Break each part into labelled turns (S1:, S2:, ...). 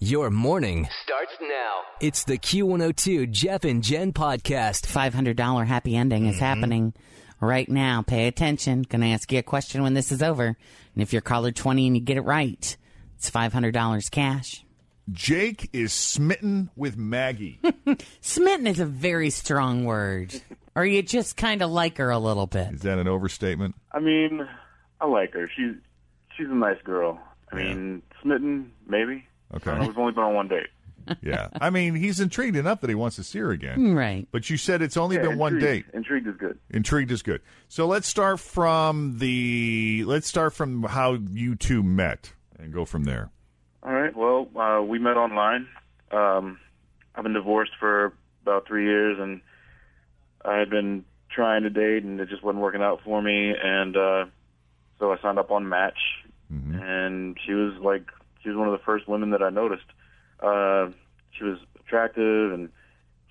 S1: Your morning
S2: starts now.
S1: It's the Q102 Jeff and Jen podcast.
S3: $500 happy ending is happening right now. Pay attention. Gonna ask you a question when this is over. And if you're caller 20 and you get it right, it's $500 cash.
S4: Jake is smitten with Maggie.
S3: Smitten is a very strong word. or you just kind of like her a little bit.
S4: Is that an overstatement?
S5: I mean, I like her. She's she's a nice girl. I mean, smitten maybe.
S4: Okay.
S5: I don't know, we've only been on one date.
S4: Yeah. I mean, he's intrigued enough that he wants to see her again.
S3: Right.
S4: But you said it's only
S5: Yeah,
S4: been one date.
S5: intrigued- Intrigued is good.
S4: Intrigued is good. So let's start from the let's start from how you two met and go from there.
S5: All right. Well, uh, we met online. Um, I've been divorced for about three years, and I had been trying to date, and it just wasn't working out for me. And uh, so I signed up on Match,
S4: Mm-hmm.
S5: and she was like, she was one of the first women that I noticed. Uh, she was attractive, and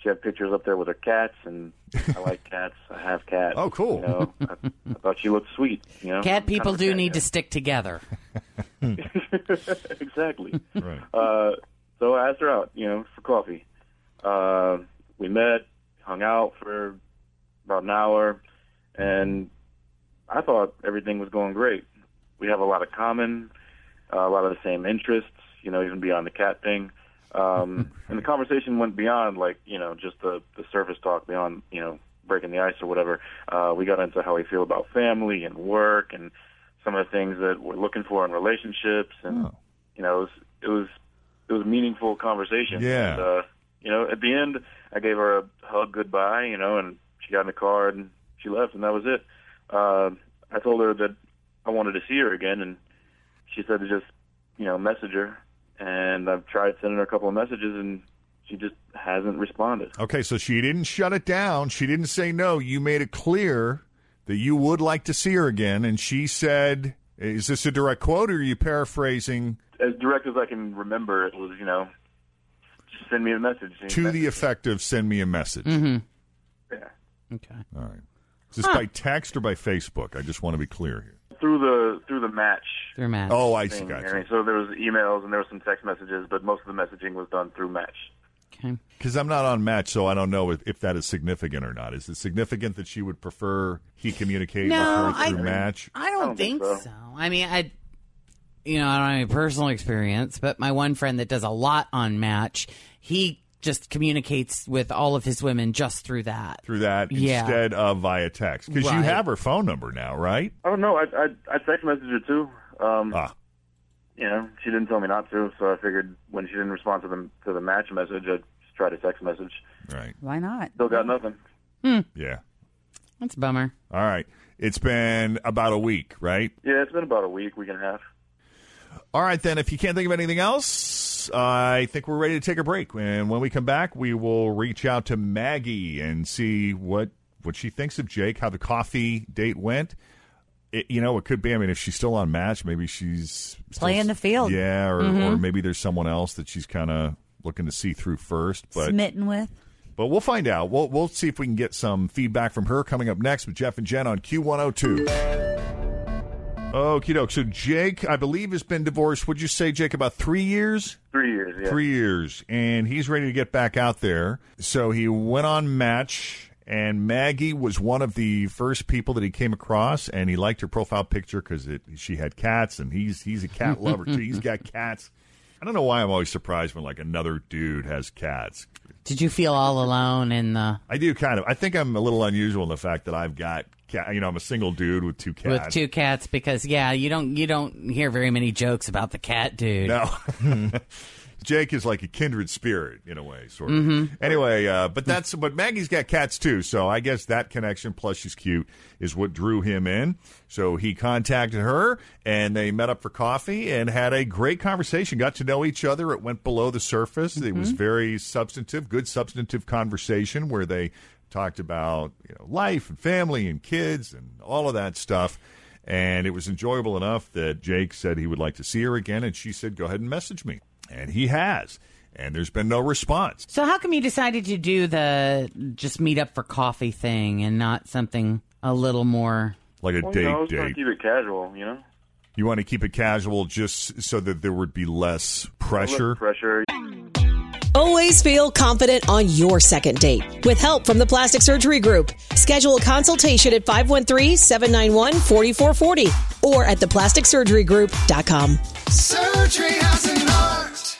S5: she had pictures up there with her cats, and I like cats. I have cats.
S4: Oh, cool.
S5: You know, I, I thought she looked sweet. You know,
S3: Cat people do need
S5: to
S3: to stick together.
S5: exactly.
S4: Right.
S5: Uh, so I asked her out, you know, for coffee. Uh, we met, hung out for about an hour, and I thought everything was going great. We have a lot of common, uh, a lot of the same interests, you know, even beyond the cat thing. Um, and the conversation went beyond, like, you know, just the, the surface talk, beyond, you know, breaking the ice or whatever. Uh, we got into how we feel about family and work and some of the things that we're looking for in relationships and
S4: Oh.
S5: you know, it was it was, it was a meaningful conversation.
S4: Yeah.
S5: And, uh, you know, at the end, I gave her a hug goodbye. You know, and she got in the car and she left, and that was it. Uh, I told her that I wanted to see her again, and she said to just, you know, message her. And I've tried sending her a couple of messages, and she just hasn't responded.
S4: Okay, so she didn't shut it down. She didn't say no. You made it clear that you would like to see her again, and she said, "Is this a direct quote, or are you paraphrasing
S5: As direct as I can remember, it was, you know, just send me a message. Send me a
S4: to
S5: message.
S4: the effect of "Send me a message"?
S5: Yeah.
S3: Okay.
S4: All right. Is this by text or by Facebook? I just want to be clear here.
S5: through the through the match.
S3: Through Matt.
S4: Oh, I see.
S5: thing.
S4: Gotcha.
S5: I mean, so there was emails and there was some text messages, but most of the messaging was done through Match.
S3: Okay.
S4: Because I'm not on match, so I don't know if, if that is significant or not. Is it significant that she would prefer he communicate
S3: No,
S4: with her through
S3: I-
S4: match?
S3: I don't, think,
S5: think
S3: so.
S5: so.
S3: I mean, I, you know, I don't have any personal experience, but my one friend that does a lot on Match, he just communicates with all of his women just through that.
S4: Through that
S3: Yeah.
S4: instead of via text? Because you
S3: Right.
S4: have her phone number now, right?
S5: I don't know. I I, I text messaged her too. Um,
S4: Ah,
S5: You know, she didn't tell me not to, so I figured when she didn't respond to the to the Match message, I'd just try to text message.
S4: right.
S6: Why not?
S5: Still
S4: Mm-hmm.
S5: got nothing.
S4: Yeah.
S3: That's a bummer.
S4: All right. It's been about a week, right?
S5: Yeah, it's been about a week, week and a half.
S4: All right, then. If you can't think of anything else, I think we're ready to take a break. And when we come back, we will reach out to Maggie and see what what she thinks of Jake, how the coffee date went. It, you know, it could be. I mean, if she's still on match, maybe she's still-
S6: Playing the field. Mm-hmm.
S4: Yeah, or, or maybe there's someone else that she's kind of looking to see through first. But
S6: Smitten with?
S4: but we'll find out. We'll we'll see if we can get some feedback from her coming up next with Jeff and Jen on Q102. Okie doke. So Jake, I believe, has been divorced. Would you say, Jake, about three years?
S5: Three years. Yeah.
S4: Three years, and he's ready to get back out there. So he went on Match, and Maggie was one of the first people that he came across, and he liked her profile picture because she had cats, and he's he's a cat lover too. He's got cats. I don't know why I'm always surprised when like another dude has cats.
S3: Did you feel all alone in the
S4: I do kind of. I think I'm a little unusual in the fact that I've got, cat, you know, I'm a single dude with two cats.
S3: with two cats? Because yeah, you don't you don't hear very many jokes about the cat dude.
S4: No. Jake is like a kindred spirit in a way, sort of. Anyway, uh, but that's but Maggie's got cats too, so I guess that connection plus she's cute is what drew him in. So he contacted her, and they met up for coffee and had a great conversation. Got to know each other. It went below the surface. It was very substantive, good substantive conversation where they talked about you know, life and family and kids and all of that stuff. And it was enjoyable enough that Jake said he would like to see her again, and she said, "Go ahead and message me." And he has, and there's been no response.
S3: So how come you decided to do the just meet up for coffee thing and not something a little more?
S4: Like a
S5: Well,
S4: date,
S5: you know, I was trying
S4: date.
S5: to keep it casual, you know?
S4: You want to keep it casual, just so that there would be less
S5: Look,
S4: pressure.
S5: Pressure.
S2: Always feel confident on your second date. With help from the Plastic Surgery Group, schedule a consultation at 513-791-4440 or at theplasticsurgerygroup.com.
S6: Surgery has an art.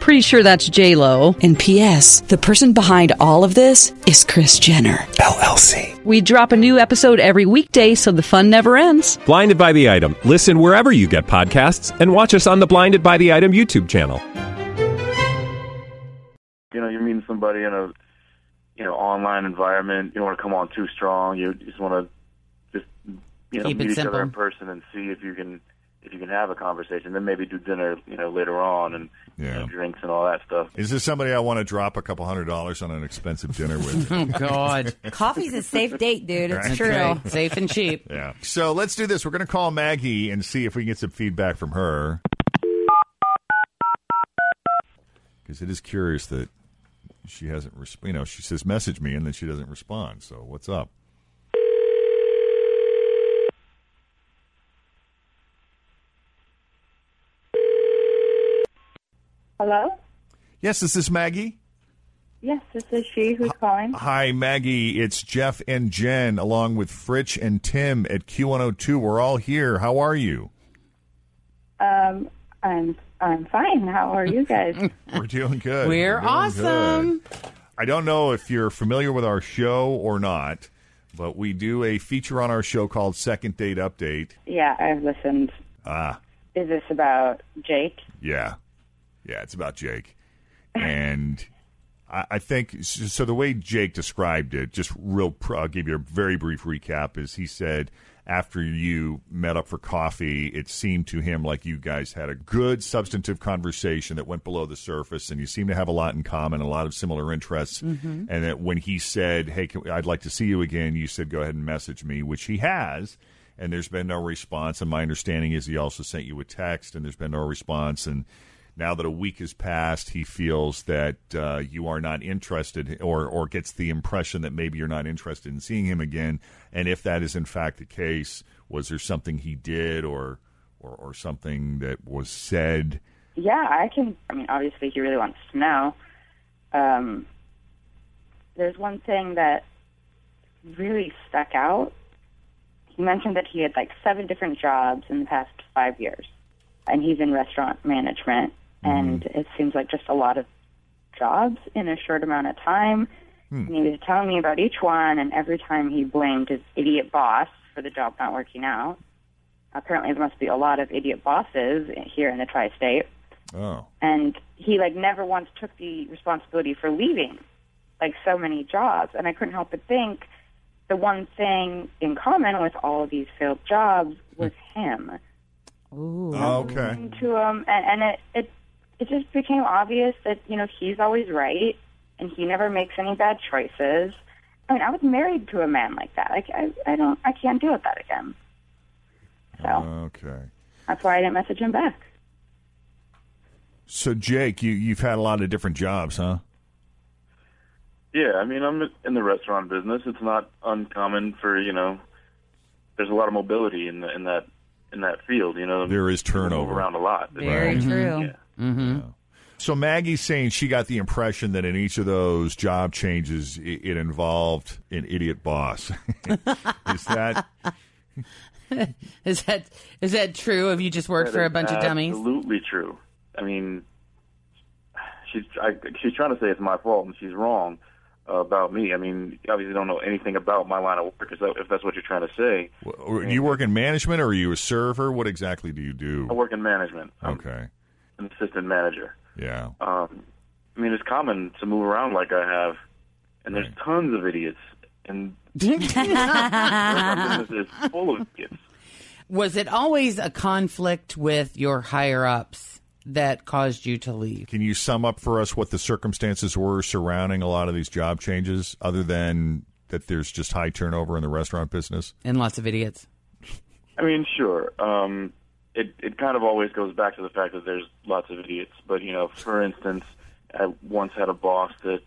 S7: Pretty sure that's J Lo.
S2: And PS, the person behind all of this is Chris Jenner.
S8: LLC.
S7: We drop a new episode every weekday, so the fun never ends.
S8: Blinded by the item. Listen wherever you get podcasts, and watch us on the Blinded by the Item YouTube channel.
S5: You know, you're meeting somebody in a, you know, online environment. You don't want to come on too strong. You just want to just, you know,
S3: Keep it
S5: meet each
S3: simple.
S5: other in person and see if you can, if you can have a conversation. Then maybe do dinner, you know, later on and you
S4: Yeah.
S5: know, drinks and all that stuff.
S4: Is this somebody I want to drop a couple hundred dollars on an expensive dinner with?
S3: Oh God,
S9: Coffee's a safe date, dude. It's
S4: Right.
S9: true.
S3: Right. safe and cheap.
S4: yeah. So let's do this. We're going to call Maggie and see if we can get some feedback from her. Because it is curious that she hasn't, res- you know, she says message me and then she doesn't respond. So what's up?
S9: Hello?
S4: Yes, is this Maggie?
S9: Yes, this is she who's calling.
S4: Hi, Maggie. It's Jeff and Jen along with Fritch and Tim at Q102. We're all here. How are you?
S9: Um, I'm I'm fine. How are you guys?
S4: We're doing good.
S3: We're
S4: doing
S3: awesome.
S4: good. I don't know if you're familiar with our show or not, but we do a feature on our show called Second Date Update.
S9: yeah, I've listened.
S4: Ah,
S9: Is this about Jake?
S4: yeah. Yeah, it's about Jake. And I, I think so. The way Jake described it, just real, pr- I'll give you a very brief recap, is he said after you met up for coffee, it seemed to him like you guys had a good substantive conversation that went below the surface, and you seemed to have a lot in common, a lot of similar interests. And that when he said, Hey, can, I'd like to see you again, you said, Go ahead and message me, which he has. And there's been no response. And my understanding is he also sent you a text, and there's been no response. And now that a week has passed, he feels that uh, you are not interested, or or gets the impression that maybe you're not interested in seeing him again. And if that is in fact the case, was there something he did, or or, or something that was said?
S9: Yeah, I can. I mean, obviously, he really wants to know. Um, there's one thing that really stuck out. He mentioned that he had like seven different jobs in the past five years, and he's in restaurant management. And it seems like just a lot of jobs in a short amount of time. And he was telling me about each one, and every time he blamed his idiot boss for the job not working out. Apparently, there must be a lot of idiot bosses here in the tri-state
S4: Oh,
S9: and he like never once took the responsibility for leaving like so many jobs and i couldn't help but think the one thing in common with all of these failed jobs was him
S4: okay,
S9: to him and, and it, it it just became obvious that you know he's always right and he never makes any bad choices i mean i was married to a man like that like i i don't i can't deal with that again so
S4: Uh, okay.
S9: that's why i didn't message him back
S4: So Jake, you you've had a lot of different jobs, huh?
S5: Yeah, I mean, I'm in the restaurant business. It's not uncommon for you know. There's a lot of mobility in the, in that in that field. You know,
S4: There is
S5: People move
S4: turnover.
S5: around a lot.
S4: Very
S5: Yeah.
S9: true.
S5: Yeah.
S4: So Maggie's saying she got the impression that in each of those job changes, it, it involved an idiot boss. is that
S3: Is that is that true? Have you just worked
S5: That
S3: for a
S5: is
S3: bunch of dummies?
S5: Absolutely true. I mean, she's I, she's trying to say it's my fault, and she's wrong uh, about me. I mean, you obviously don't know anything about my line of work, if that- if that's what you're trying to say.
S4: Or do you work in management or are you a server? What exactly do you do?
S5: I work in management. I'm
S4: Okay.
S5: an assistant manager.
S4: Yeah.
S5: Um, I mean, it's common to move around like I have, and there's tons of idiots, and my business is full of idiots.
S3: Was it always a conflict with your higher ups that caused you to leave?
S4: Can you sum up for us what the circumstances were surrounding a lot of these job changes, other than that there's just high turnover in the restaurant business?
S3: And lots of idiots.
S5: I mean, sure. Um, it it kind of always goes back to the fact that there's lots of idiots. But you know, for instance, I once had a boss that,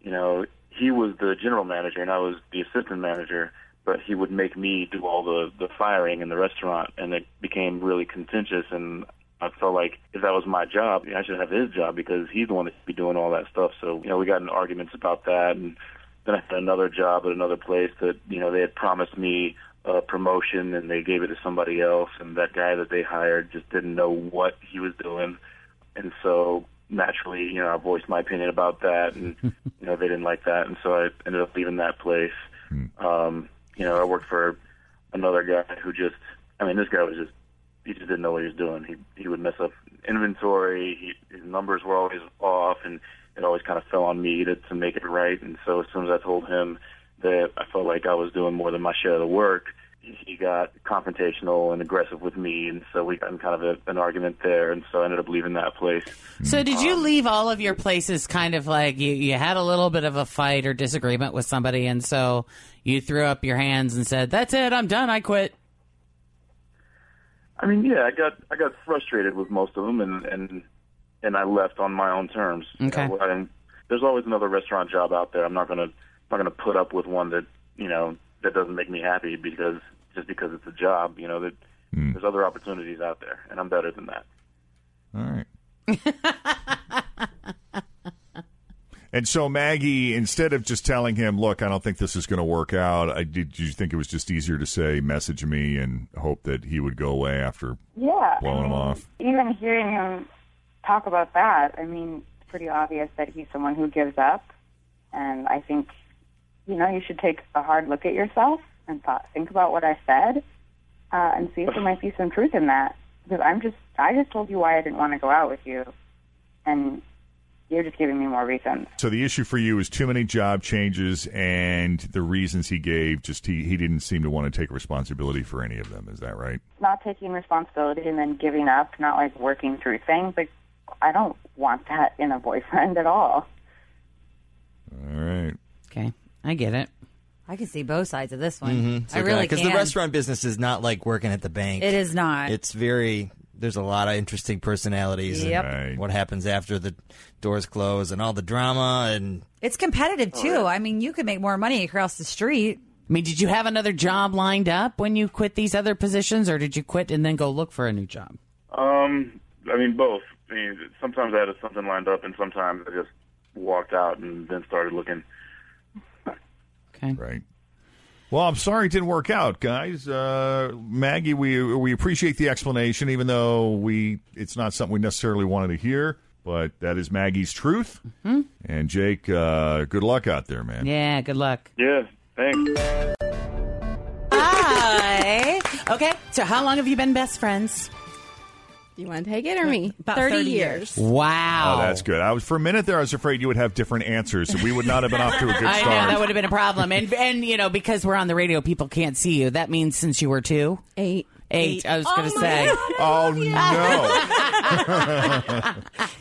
S5: you know, he was the general manager and I was the assistant manager, but he would make me do all the the firing in the restaurant, and it became really contentious. And I felt like if that was my job, I should have his job because he's the one that should be doing all that stuff. So you know, we got in arguments about that, and then I had another job at another place that you know they had promised me a promotion and they gave it to somebody else, and that guy that they hired just didn't know what he was doing, and so naturally, you know, I voiced my opinion about that, and you know they didn't like that, and so I ended up leaving that place. Um, you know, I worked for another guy who just, I mean, this guy was just he just didn't know what he was doing. He he would mess up inventory. He, his numbers were always off, and it always kind of fell on me to to make it right. And so as soon as I told him that I felt like I was doing more than my share of the work, he got confrontational and aggressive with me, and so we got in kind of a, an argument there. And so I ended up leaving that place.
S3: So, did you leave all of your places kind of like you, you had a little bit of a fight or disagreement with somebody, and so you threw up your hands and said, That's it, I'm done, I quit?
S5: I mean, yeah, I got I got frustrated with most of them, and and and I left on my own terms. You
S3: Okay.
S5: know, I didn't- there's always another restaurant job out there. I'm not gonna I'm not gonna put up with one that you know that doesn't make me happy because just because it's a job. You know that there's other opportunities out there, and I'm better than that.
S4: All right. and so Maggie, instead of just telling him, "Look, I don't think this is going to work out," I did. You think it was just easier to say, "Message me," and hope that he would go away after
S9: Yeah.
S4: blowing him off?
S9: Even hearing him talk about that, I mean, it's pretty obvious that he's someone who gives up. And I think, you know, you should take a hard look at yourself and thought, think about what I said uh, and see if there might be some truth in that. Because I'm just, I just told you why I didn't want to go out with you. And you're just giving me more reasons.
S4: So the issue for you is too many job changes, and the reasons he gave just he he didn't seem to want to take responsibility for any of them. Is that right?
S9: Not taking responsibility and then giving up, not like working through things. Like, I don't want that in a boyfriend at all.
S4: All right.
S3: Okay, I get it.
S10: I can see both sides of this one.
S11: So
S10: I
S11: can
S10: really
S11: because
S10: can.
S11: the restaurant business is not like working at the bank.
S10: It is not.
S11: It's very. There's a lot of interesting personalities.
S10: Yep.
S11: And what happens after the doors close and all the drama and
S10: It's competitive too. I mean, you could make more money across the street.
S3: I mean, did you have another job lined up when you quit these other positions, or did you quit and then go look for a new job?
S5: Um, I mean both. I mean, sometimes I had something lined up, and sometimes I just walked out and then started looking.
S3: Okay.
S4: Right. Well, I'm sorry it didn't work out, guys. Uh, Maggie, we we appreciate the explanation, even though we it's not something we necessarily wanted to hear. But that is Maggie's truth. And Jake, uh, good luck out there, man.
S3: Mm-hmm. Yeah, good luck.
S5: Yeah. Thanks.
S3: Hi. Okay, so how long have you been best friends?
S12: Do you want to take it or me?
S3: About
S12: 30,
S3: 30
S12: years.
S3: Wow.
S4: Oh, that's good. I was for a minute there. I was afraid you would have different answers. and We would not have been off to a good
S3: I
S4: start.
S3: know that would have been a problem, and and you know because we're on the radio, people can't see you. That means since you were two,
S12: eight,
S3: eight. I was going to say.
S4: Oh no!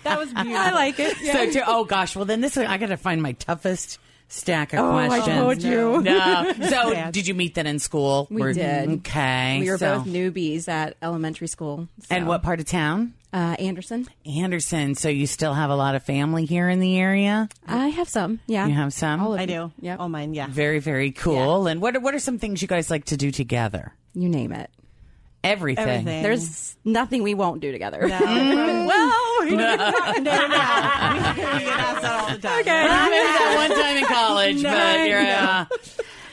S12: That was beautiful. I like it.
S3: So two, oh gosh, well then this I got to find my toughest stack of
S12: Oh, I
S3: questions.
S12: told you.
S3: No. So
S12: Yes.
S3: did you meet then in school?
S12: We
S3: Were-
S12: did.
S3: Okay.
S12: We were
S3: so-
S12: both newbies at elementary school.
S3: And what part of town?
S12: Uh, Anderson.
S3: Anderson. So you still have a lot of family here in the area?
S12: I have some. Yeah.
S3: You have some?
S12: All of
S13: I
S12: them.
S13: do.
S12: Yep.
S13: Oh, mine. Yeah.
S3: Very, very cool. And what are, what are some things you guys like to do together?
S12: You name it.
S3: Everything.
S13: Everything.
S12: There's nothing we won't do together.
S13: well, no, no, no. We get asked that all the time.
S12: Okay.
S3: Well, maybe that one time in college,
S13: No,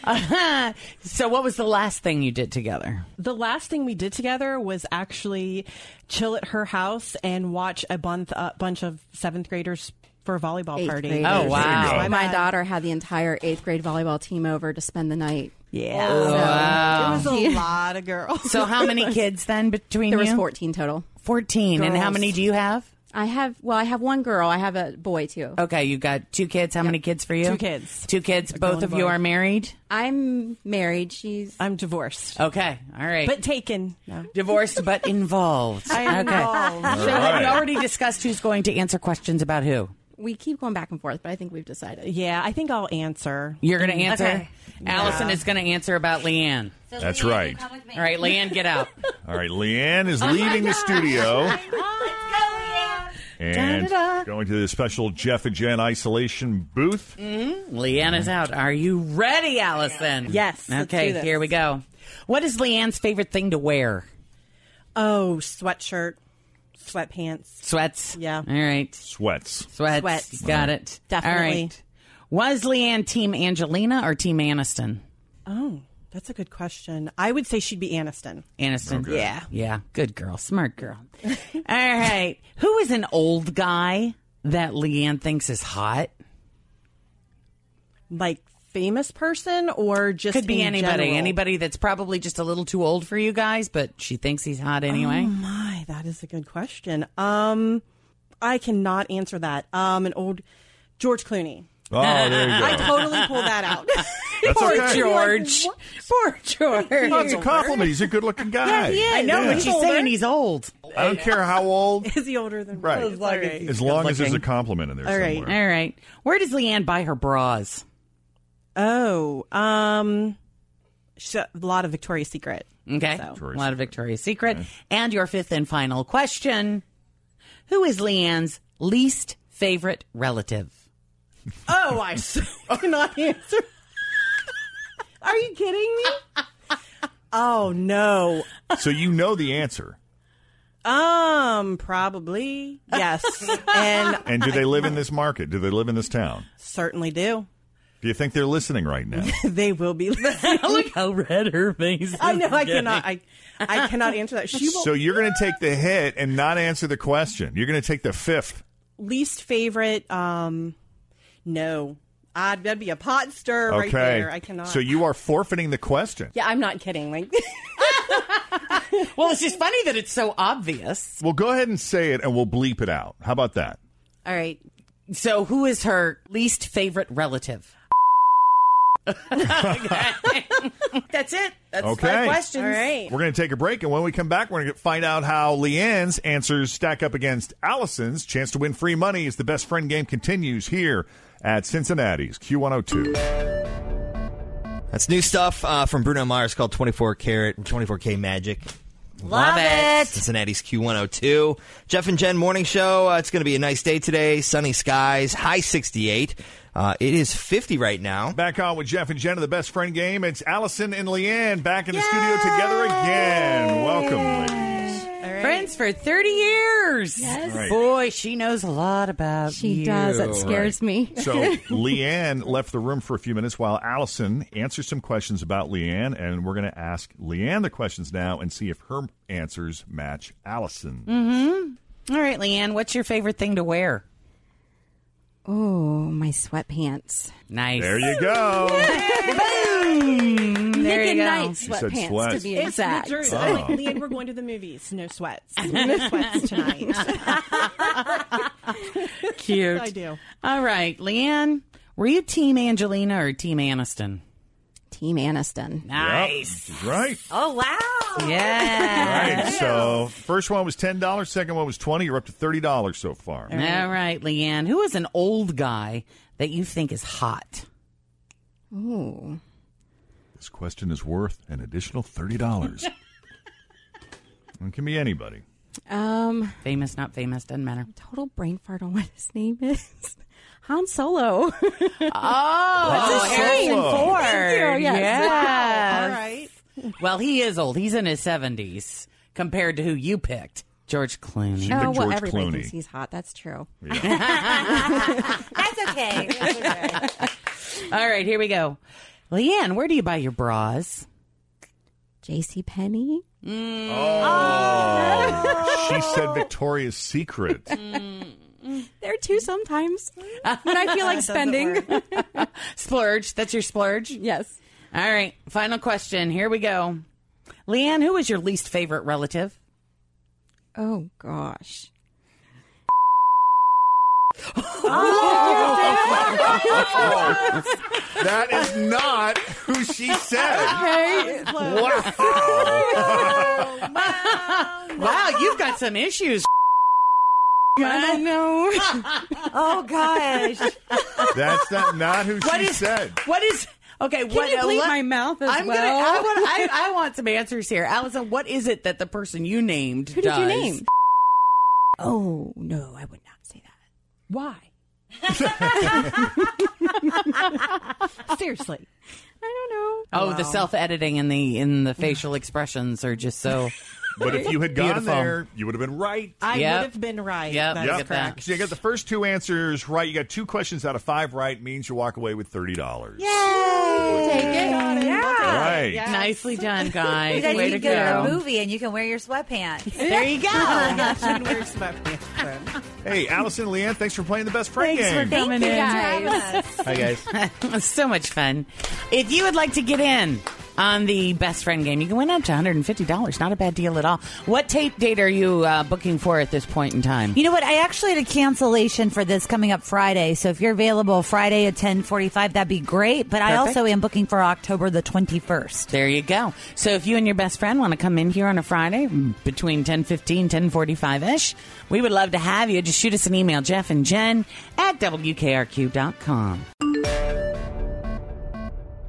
S3: but you're,
S13: no.
S3: uh, so, what was the last thing you did together?
S14: The last thing we did together was actually chill at her house and watch a bunch, uh, bunch of seventh graders for a volleyball
S12: Eighth
S14: party.
S12: graders.
S14: My
S12: My
S14: bad.
S12: daughter had the entire eighth grade volleyball team over to spend the night.
S14: Yeah.
S12: So-
S3: Wow.
S14: It was a lot of girls.
S3: So, how many kids then between
S12: There was
S3: you?
S12: 14 total.
S3: 14. And how many do you have?
S12: I have, well, I have one girl. I have a boy too.
S3: Okay, you got two kids. How many kids for you?
S12: Two kids.
S3: Two kids.
S12: A girl
S3: Both
S12: and
S3: of
S12: a
S3: you
S12: boy.
S3: are married?
S12: I'm married. She's.
S14: I'm
S12: Uh,
S14: divorced.
S3: Okay. All right.
S14: But taken. No.
S3: Divorced but involved.
S14: I am
S3: okay.
S14: involved.
S3: So
S14: All
S3: have
S14: right.
S3: you already discussed who's going to answer questions about who?
S12: We keep going back and forth, but I think we've decided.
S14: Yeah, I think I'll answer.
S3: You're going to answer.
S14: Mm. Okay.
S3: Allison
S14: Yeah.
S3: is going to answer about Leanne.
S4: That's right.
S3: All right, Leanne, get out.
S4: All right, Leanne is leaving the studio and
S3: Da-da-da.
S4: going to the special Jeff and Jen isolation booth.
S3: Mm-hmm. Leanne is out. Are you ready, Allison? Yes.
S14: let's do
S3: Okay,
S14: this.
S3: here we go. What is Leanne's favorite thing to wear?
S14: Oh, sweatshirt, sweatpants.
S3: Sweats.
S14: Yeah.
S3: All right.
S4: Sweats.
S3: Sweats.
S14: Sweats.
S3: Got it.
S14: Definitely.
S3: All right. Was Leanne Team Angelina or Team Aniston?
S14: Oh, that's a good question. I would say she'd be Aniston.
S3: Aniston.
S14: Okay. Yeah.
S3: Yeah. Good girl. Smart girl. All right. Who is an old guy that Leanne thinks is hot?
S14: Like famous person or just
S3: Could be
S14: in
S3: anybody.
S14: general?
S3: Anybody that's probably just a little too old for you guys, but she thinks he's hot anyway.
S14: Oh my, that is a good question. Um, I cannot answer that. Um, an old George Clooney.
S4: Oh, there you go.
S14: I totally pull that out.
S4: That's
S3: Poor
S4: okay.
S3: George. Poor George.
S4: Oh, it's a compliment. He's a good looking guy.
S3: I know, but
S4: Yeah.
S3: she's saying he's old.
S4: I don't care how old.
S14: Is he older than
S4: Right.
S14: Well, it's like a-
S4: As long as there's a compliment in there
S14: All right.
S4: somewhere.
S3: All right. Where does Leanne buy her bras?
S14: Oh, um, sh- a lot of Victoria's Secret.
S3: Okay. a lot of Victoria's Secret. And your fifth and final question Who is Leanne's least favorite relative?
S14: Oh, I so cannot answer. Are you kidding me? Oh no.
S4: So you know the answer.
S14: Um, probably yes, and
S4: And do they live in this market? Do they live in this town?
S14: certainly do.
S4: Do you think they're listening right now?
S14: they will be.
S3: Look how red her face.
S14: I know. I cannot. I I cannot answer that. She will
S4: So you're going to take the hit and not answer the question. You're going to take the fifth.
S14: least favorite. Um, no, I'd that'd be a pot stir
S4: okay.
S14: right there. I cannot.
S4: So you are forfeiting the question.
S14: yeah, I'm not kidding. Like
S3: Well, it's just funny that it's so obvious.
S4: Well, go ahead and say it, and we'll bleep it out. How about that?
S3: All right. So, who is her least favorite relative? That's it. That's
S4: okay.
S3: five questions.
S4: We're going to take a break, and when we come back, we're going to find out how Leanne's answers stack up against Allison's. Chance to win free money as the best friend game continues here at Cincinnati's Q102.
S11: That's new stuff uh, from Bruno Mars called 24 Karat 24K Magic.
S3: Love it.
S11: Cincinnati's Q102. Jeff and Jen Morning Show. Uh, it's going to be a nice day today. Sunny skies, high 68. Uh, it is 50 right now.
S4: Back on with Jeff and Jen of the best friend game. It's Allison and Leanne back in the studio together again. Welcome, ladies.
S3: Friends for 30 years.
S4: Yes. Right.
S3: Boy, she knows a lot about
S12: She
S3: you.
S12: does. It scares me.
S4: So Leanne left the room for a few minutes while Allison answers some questions about Leanne, and we're going to ask Leanne the questions now and see if her answers match Allison.
S3: Mm-hmm. All right, Leanne, what's your favorite thing to wear?
S12: Oh, my sweatpants.
S3: Nice.
S4: There you go.
S12: Boom! There
S14: Nick
S12: you
S14: and
S12: go.
S14: Knight
S4: You said sweatpants, sweat. to be
S14: It's the
S12: exact.
S14: truth.
S4: Oh.
S14: Like, Leanne, we're going to the movies. No sweats. No sweats tonight.
S3: Cute.
S14: I do.
S3: All right, Leanne, were you Team Angelina or Team Aniston?
S12: Team Aniston.
S3: Nice.
S4: Right.
S12: Oh wow!
S4: All
S3: Yeah.
S4: right. So first one was ten dollars, second one was twenty. You're up to thirty dollars so far.
S3: All right, Leanne, who is an old guy that you think is hot?
S12: Ooh.
S4: This question is worth an additional thirty dollars. it can be anybody.
S12: Um,
S3: Famous, not famous, doesn't matter.
S12: total brain fart on what his name is. Han Solo.
S3: Oh,
S12: That's a
S3: Harrison
S12: shame.
S3: Ford.
S12: Thank you, yes.
S3: Yes.
S12: Wow, all
S3: Well, he is old. He's in his 70s compared to who you picked. George Clooney.
S12: oh well, everybody thinks he's hot. That's true. That's okay.
S3: All right, here we go. Leanne, where do you buy your bras?
S12: J.C. Penney.
S4: Oh, she said Victoria's Secret.
S12: There are two sometimes when I feel like
S3: Doesn't
S12: spending.
S3: splurge. That's your splurge? Yes. All right. Final question. Here we go. Leanne, who is your least favorite relative?
S12: Oh, gosh.
S4: that is not who she said.
S3: Okay.
S4: Wow.
S3: Wow, you've got some issues.
S12: I know.
S3: oh gosh.
S4: That's not, not who
S3: What
S4: she
S3: is-
S4: said.
S3: What is okay?
S12: Can
S3: what,
S12: you bleep
S3: let-
S12: my mouth as
S3: I'm Gonna,
S12: well?
S3: I, want, I, I want some answers here, Allison. What is it that the person you named?
S12: Who did
S3: does?
S12: you name? Oh, no, I would not say that.
S14: Why? Seriously.
S3: Oh, the
S12: Wow.
S3: self-editing and the in the facial expressions are just so.
S4: But if you had gone
S3: Beautiful.
S4: there, you would have been right.
S14: I
S3: Yep.
S14: would have been right.
S3: Yep.
S14: That's
S4: Yep.
S14: correct.
S4: So you got the first two answers right. You got two questions out of five right. Means you walk away with thirty dollars.
S3: Take it.
S4: All right.
S3: Nicely done,
S10: You
S3: guys.
S10: guys
S3: Way to
S10: can go to a
S3: go.
S10: movie and you can wear your sweatpants.
S3: There you go.
S4: Hey, Allison, Leanne, thanks for playing the best friend game.
S3: coming in.
S11: Hi guys.
S3: so much fun. If you would like to get in on the best friend game, you can win up to $150. Not a bad deal at all. What tape date are you uh, booking for at this point in time?
S15: You know what? I actually had a cancellation for this coming up Friday. So if you're available Friday at 10:45, that'd be great. But I
S3: Perfect.
S15: also am booking for October the 21st.
S3: There you go. So if you and your best friend want to come in here on a Friday mm, between 1015, 1045-ish, we would love to have you. Just shoot us an email, Jeff and Jen at WKRQ.com.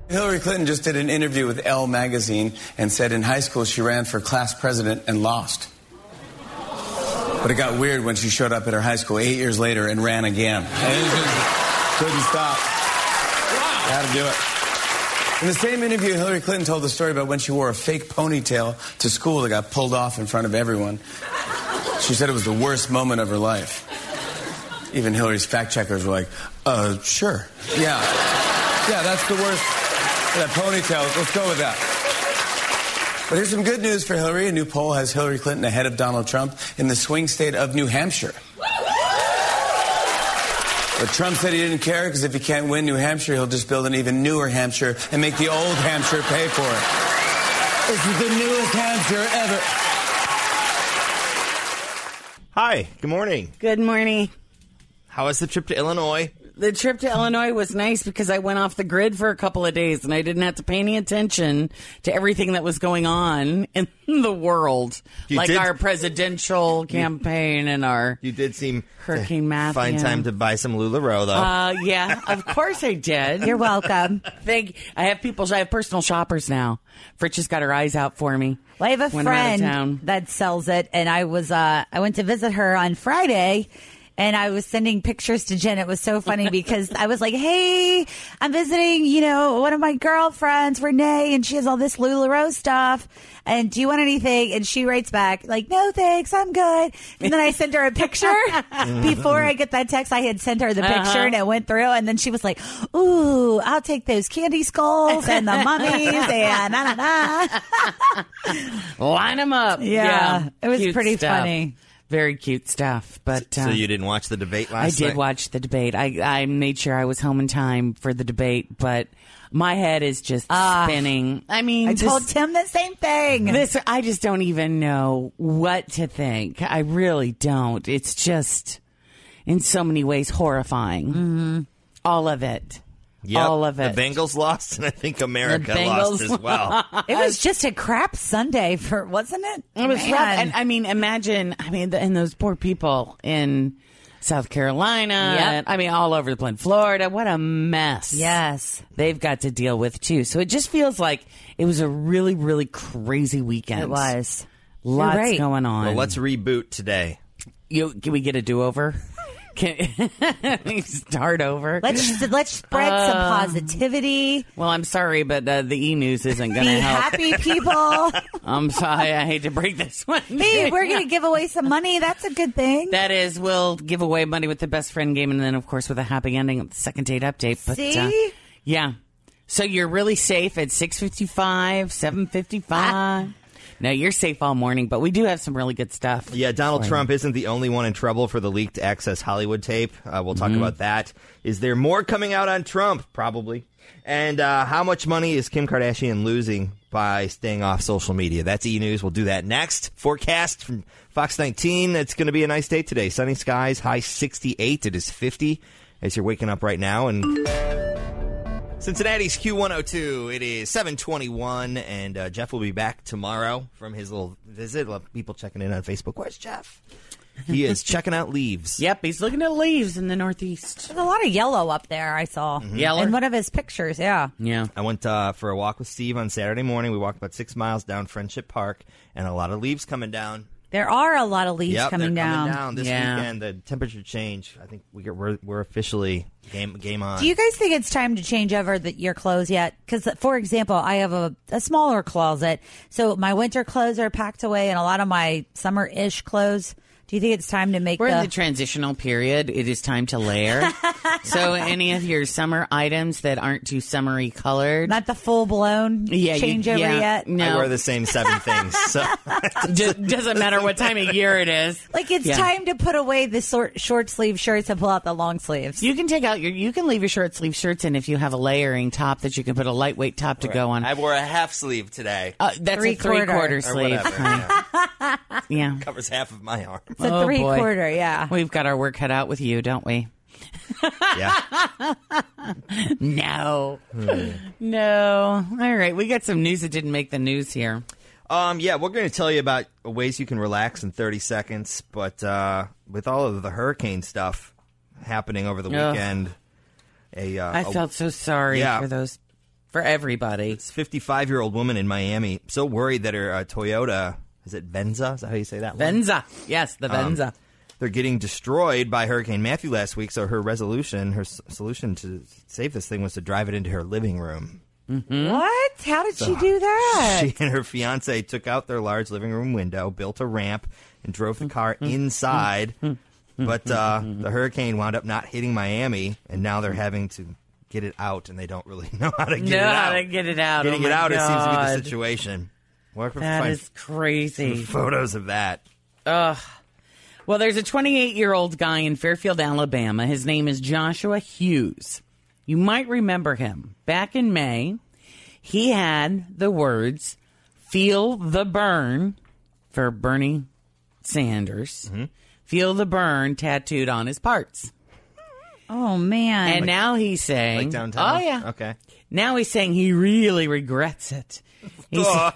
S16: Hillary Clinton just did an interview with Elle magazine and said in high school she ran for class president and lost. But it got weird when she showed up at her high school eight years later and ran again. And it just couldn't stop. How to do it. In the same interview, Hillary Clinton told the story about when she wore a fake ponytail to school that got pulled off in front of everyone. She said it was the worst moment of her life. Even Hillary's fact checkers were like, uh, sure. Yeah. Yeah, that's the worst. That ponytail, let's go with that. But here's some good news for Hillary. A new poll has Hillary Clinton ahead of Donald Trump in the swing state of New Hampshire. But Trump said he didn't care because if he can't win New Hampshire, he'll just build an even newer Hampshire and make the old Hampshire pay for it. This is the newest Hampshire ever.
S11: Hi. Good morning.
S3: Good morning.
S11: How was the trip to Illinois?
S3: The trip to Illinois was nice because I went off the grid for a couple of days and I didn't have to pay any attention to everything that was going on in the world,
S11: You
S3: like
S11: did-
S3: our presidential campaign and our
S11: You did seem
S3: Hurricane Matthew.
S11: find time to buy some Lularoe though.
S10: Um,
S3: Uh, yeah, of course I did. You're
S15: welcome.
S3: Thank. I have people. I have personal shoppers now. Fritch has got her eyes out for me.
S15: Well, I have a
S3: When I'm out of
S15: friend
S3: town.
S15: that sells it, and I was uh, I went to visit her on Friday. And I was sending pictures to Jen. It was so funny because I was like, "Hey, I'm visiting, you know, one of my girlfriends, Renee, and she has all this Lularoe stuff. And do you want anything?" And she writes back like, "No, thanks, I'm good." And then I sent her a picture before I get that text. I had sent her the picture,
S3: Uh-huh.
S15: and it went through. And then she was like, "Ooh, I'll take those candy skulls and the mummies and na na na."
S3: Line them up.
S15: Yeah, it was
S3: Cute
S15: pretty
S3: stuff.
S15: funny.
S3: Very cute stuff. But uh,
S11: so you didn't watch the debate
S3: I
S11: last
S3: did
S11: night?
S3: watch the debate. I I made sure I was home in time for the debate, but my head is just spinning. I mean,
S15: Ah, I
S3: this-
S15: told Tim the same thing.
S3: This I just don't even know what to think. I really don't. It's just in so many ways horrifying. Mm-hmm. All of it.
S11: Yep.
S3: All of it.
S11: The Bengals lost, and I think America
S3: Bengals
S11: lost as well.
S15: it was just a crap Sunday for wasn't it?
S3: It was
S15: Man.
S3: rough. And I mean, imagine. I mean, the, and those poor people in South Carolina.
S15: Yep.
S3: and, I mean, all over the place, Florida. What a mess.
S15: Yes,
S3: they've got to deal with too. So it just feels like it was a really, really crazy weekend.
S15: It was.
S3: Lots
S15: You're right.
S3: going on.
S11: Well, let's reboot today.
S3: You can we get a do over? Can start over?
S15: let's let's spread some
S3: Uh,
S15: positivity.
S3: Well, I'm sorry, but uh, the e news isn't going
S15: Be
S3: to help.
S15: happy, people.
S3: I'm sorry. I hate to break this one.
S15: hey, we're gonna give away some money. That's a good thing.
S3: That is, we'll give away money with the best friend game, and then, of course, with a happy ending, at the second date update. But,
S15: See?
S3: uh, yeah. So you're really safe at 655, 755. No, you're safe all morning, but we do have some really good stuff.
S11: Yeah, Donald
S3: Right.
S11: Trump isn't the only one in trouble for the leaked Access Hollywood tape. Uh, we'll
S3: Mm-hmm.
S11: talk about that. Is there more coming out on Trump? Probably. And uh, how much money is Kim Kardashian losing by staying off social media? That's e news. We'll do that next. Forecast from Fox 19. It's going to be a nice day today. Sunny skies, high 68. It is 50 as you're waking up right now. And. Cincinnati's Q102. It is 721, and uh, Jeff will be back tomorrow from his little visit. Love people checking in on Facebook. Where's Jeff? He is checking out leaves.
S3: Yep, he's looking at leaves in the Northeast.
S15: There's a lot of yellow up there. I saw
S11: Yeller?
S15: in one of his pictures. Yeah,
S3: Yeah.
S11: I went uh, for a walk with Steve on Saturday morning. We walked about six miles down Friendship Park, and a lot of leaves coming down.
S15: there are a lot of leaves
S11: Yep,
S15: coming,
S11: they're
S15: down.
S11: coming down this weekend. The temperature change. I think we get, we're we're officially game game on.
S15: Do you guys think it's time to change over the, your clothes yet? Because, for example, I have a, a smaller closet, so my winter clothes are packed away, and a lot of my summer-ish clothes. Do you think it's time to make
S3: We're in
S15: the,
S3: the transitional period. It is time to layer. so, any of your summer items that aren't too summery colored,
S15: not the full-blown
S3: yeah, you-
S15: changeover
S3: yeah,
S15: yet?
S3: No,
S11: I wear the same seven things. So
S3: D- doesn't matter what time of year it is.
S15: Like it's
S3: Yeah.
S15: time to put away the short, short sleeve shirts and pull out the long sleeves.
S3: You can take out your, you can leave your short sleeve shirts, and if you have a layering top, that you can put a lightweight top to go on.
S11: I wore a half sleeve today.
S10: Um,
S3: Uh, that's a
S15: Three-quarter.
S3: three-quarter
S15: Or
S3: sleeve.
S11: whatever,
S3: honey. yeah.
S11: Covers half of my arm.
S15: It's a
S3: Oh, boy.
S15: three-quarter, yeah.
S3: We've got our work cut out with you, don't we? yeah. no. No. All right. We got some news that didn't make the news here.
S11: Um, yeah, we're going to tell you about ways you can relax in 30 seconds, but uh, with all of the hurricane stuff happening over the
S3: Ugh.
S11: weekend, a uh,
S3: I
S11: a-
S3: felt so sorry
S11: Yeah.
S3: for those, for everybody.
S11: It's 55 year old woman in Miami so worried that her uh, Toyota is it Venza? Is that how you say that? one?
S3: Venza. Yes, the
S11: Um,
S3: Venza.
S11: they're getting destroyed by Hurricane Matthew last week. So her resolution, her s- solution to save this thing was to drive it into her living room.
S15: What? How did she
S11: So-
S15: do that?
S11: She and her fiance took out their large living room window, built a ramp, and drove the car inside. But uh, the hurricane wound up not hitting Miami, and now they're having to get it out, and they don't really know how to get
S3: No,
S11: it out.
S3: how to get it out.
S11: Getting
S3: Oh
S11: it
S3: my
S11: out, it seems to be
S3: God.
S11: the situation. Work with
S3: That
S11: find
S3: is crazy.
S11: Photos of that.
S3: Ugh. Well, there's a 28 year old guy in Fairfield, Alabama. His name is Joshua Hughes. You might remember him. Back in May, he had the words, Feel the burn for Bernie Sanders.
S11: Mm-hmm.
S3: Feel the burn tattooed on his parts.
S15: Oh man!
S3: And now he's saying,
S11: Like downtown?
S3: Oh, yeah.
S11: Okay.
S3: Now he's saying he really regrets it. He
S11: Duh.
S3: said-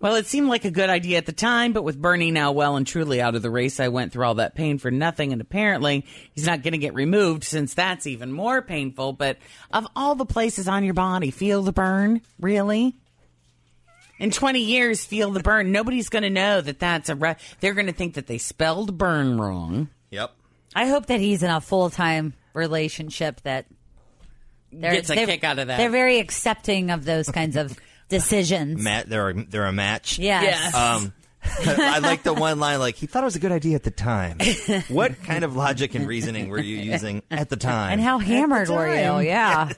S3: well, it seemed like a good idea at the time, but with Bernie now well and truly out of the race, I went through all that pain for nothing. And apparently, he's not going to get removed since that's even more painful. But of all the places on your body, feel the burn, really? In 20 years, feel the burn. Nobody's going to know that that's a. Re- They're going to think that they spelled burn wrong.
S11: Yep.
S15: I hope that he's in a full-time relationship that they're-
S3: Gets a
S15: they're-
S3: kick out of that.
S15: They're very accepting of those kinds of decisions.
S11: Matt, they're a, they're a match.
S15: Yes. Yes.
S11: Um, I like the one line like he thought it was a good idea at the time. what kind of logic and reasoning were you using at the time?
S15: And how hammered were you?
S3: time.
S15: Yeah.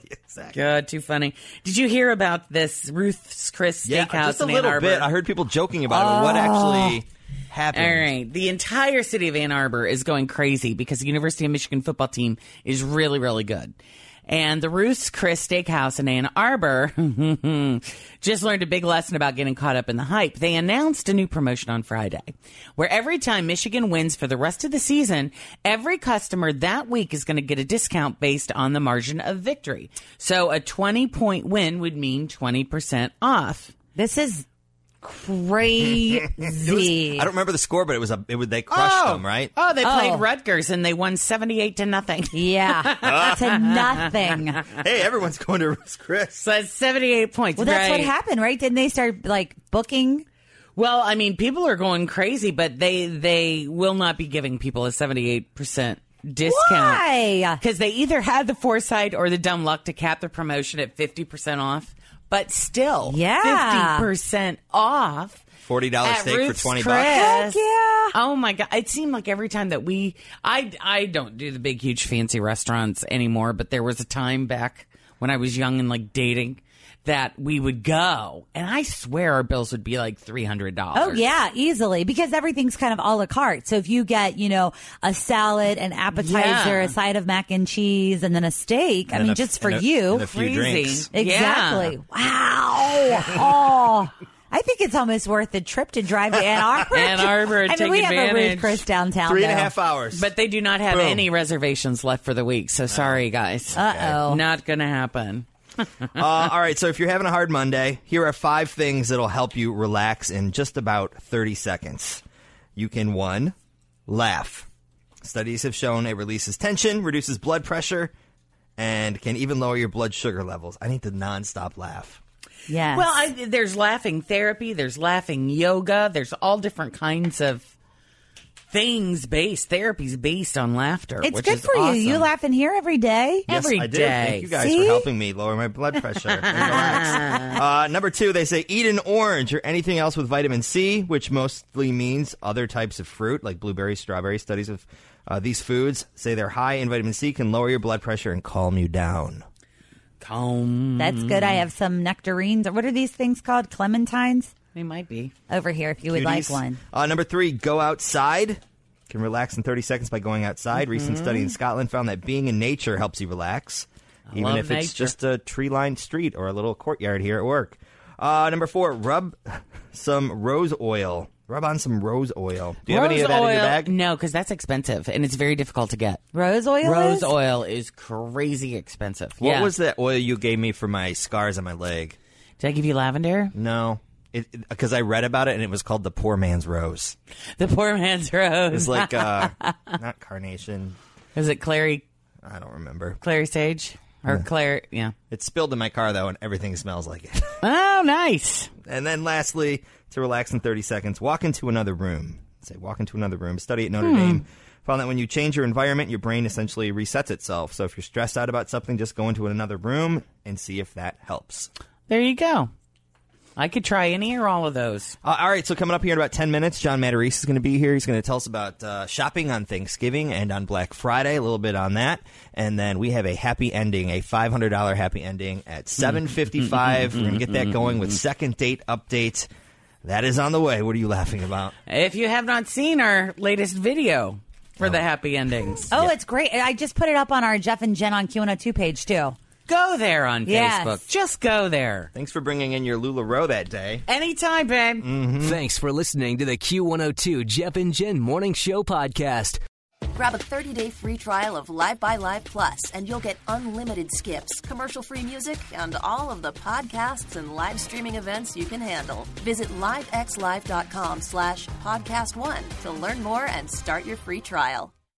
S3: God, too funny. Did you hear about this Ruth's Chris
S11: Yeah,
S3: Steakhouse
S11: just a
S3: in Ann
S11: little
S3: Arbor? Oh.
S11: bit. I heard people joking about it. but What actually happened?
S3: All right. The entire city of Ann Arbor is going crazy because the University of Michigan football team is really, really good. And the Ruth's Chris Steakhouse in Ann Arbor just learned a big lesson about getting caught up in the hype. They announced a new promotion on Friday where every time Michigan wins for the rest of the season, every customer that week is going to get a discount based on the margin of victory. So a 20 point win would mean 20% off.
S15: This is crazy.
S11: It was- I don't remember the score, but it was a. It was they crushed them, right?
S3: Oh, they played
S15: Oh.
S3: Rutgers and they won 78 to nothing.
S15: Yeah, to nothing.
S11: Hey, everyone's going to Ruth's Chris.
S3: So it's 78 points.
S15: Well, that's what
S3: right.
S15: happened, right? Didn't they start like booking?
S3: Well, I mean, people are going crazy, but they they will not be giving people a 78% discount.
S15: Why?
S3: Because they either had the foresight or the dumb luck to cap the promotion at 50% off, but still
S15: Yeah.
S3: 50% off.
S11: Forty dollars
S3: at
S11: steak
S3: Ruth's
S11: for twenty
S3: Chris.
S11: bucks.
S3: Oh my god! It seemed like every time that we, I, I don't do the big, huge, fancy restaurants anymore. But there was a time back when I was young and like dating that we would go, and I swear our bills would be like three hundred dollars.
S15: Oh yeah, easily because everything's kind of a la carte. So if you get, you know, a salad, an appetizer,
S3: Yeah.
S15: a side of mac and cheese, and then a steak. I
S3: And
S15: mean,
S3: a-
S15: just for
S3: and a-
S15: you,
S3: and a few Crazy. drinks.
S15: Exactly.
S3: Yeah.
S15: Wow. Oh. I think it's almost worth the trip to drive to Ann Arbor.
S3: Ann Arbor,
S15: I mean,
S3: take
S15: we have a
S3: advantage.
S15: Ruth Chris downtown. though.
S11: hours.
S3: But they do not have
S15: Boom.
S3: any reservations left for the week. So sorry, guys.
S15: Uh oh.
S3: Not going to happen.
S11: uh, all right, so if you're having a hard Monday, here are five things that'll help you relax in just about 30 seconds. You can one, laugh. Studies have shown it releases tension, reduces blood pressure, and can even lower your blood sugar levels. I need to nonstop laugh.
S15: Yeah.
S3: Well, I, there's laughing therapy, there's laughing yoga, there's all different kinds of things based, therapies based on laughter.
S15: It's
S3: which
S15: good
S3: is
S15: for you. You
S3: awesome.
S15: laugh in here every day.
S11: Yes, I do. Thank you guys
S15: See?
S11: for helping me lower my blood pressure. and relax. Uh, number two, they say eat an orange or anything else with vitamin C, which mostly means other types of fruit like blueberries, strawberries. Studies of uh, these foods say they're high in vitamin C, can lower your blood pressure and calm you down.
S3: Calm.
S15: That's good. I have some nectarines. What are these things called? Clementines?
S3: They might be.
S15: Over here if you would like one.
S3: Oh,
S11: Uh, number three, go outside. Can relax in 30 seconds by going outside. Recent
S15: Mhm.
S11: study in
S1: Mm-hmm.
S11: Scotland found that being in nature helps you relax, even
S3: love
S11: if it's
S3: nature.
S11: just a tree lined street or a little courtyard here at work. Uh, number four, rub some rose oil. Rub on some rose oil. Do you have any
S3: Rose
S11: of that in
S3: oil-
S11: your bag?
S3: No, because that's expensive and it's very difficult to get.
S15: Rose oil?
S3: Rose
S15: is?
S3: oil is crazy expensive.
S11: What
S3: yeah.
S11: was that oil you gave me for my scars on my leg?
S3: Did I give you lavender?
S11: No. Because I read about it and it was called the poor man's rose.
S3: the poor man's rose?
S11: It's like uh, not carnation.
S3: Is it Clary?
S11: I don't remember.
S3: Clary Sage or
S11: No.
S3: Clary? Yeah.
S11: It spilled in my car though, and everything smells like it.
S3: Oh, nice.
S11: And then lastly, to relax in 30 seconds, walk into another room. Say, walk into another room. Study at Notre
S17: Hmm.
S11: Dame found that when you change your environment, your brain essentially resets itself. So if you're stressed out about something, just go into another room and see if that helps.
S3: There you go. I could try any or all of those.
S11: Uh, all right, so coming up here in about 10 minutes, John Matarese is going to be here. He's going to tell us about uh, shopping on Thanksgiving and on Black Friday, a little bit on that. And then we have a happy ending, a $500 happy ending at 755. We're going to get that going with second date update. That is on the way. What are you laughing about?
S3: If you have not seen our latest
S1: Oh.
S3: video for the happy endings,
S15: Oh, it's great. I just put it up on our Jeff and Jen on Q102 page, too.
S3: go there on
S15: Yes.
S3: Facebook. Just go there.
S11: Thanks for bringing in your LuLaRoe that day.
S3: Anytime, babe.
S11: Mm-hmm.
S1: Thanks for listening to the Q102 Jeff and Jen Morning Show podcast.
S18: Grab a 30-day free trial of Live by Live Plus, and you'll get unlimited skips, commercial-free music, and all of the podcasts and live streaming events you can handle. Visit livexlive.com slash podcast one to learn more and start your free trial.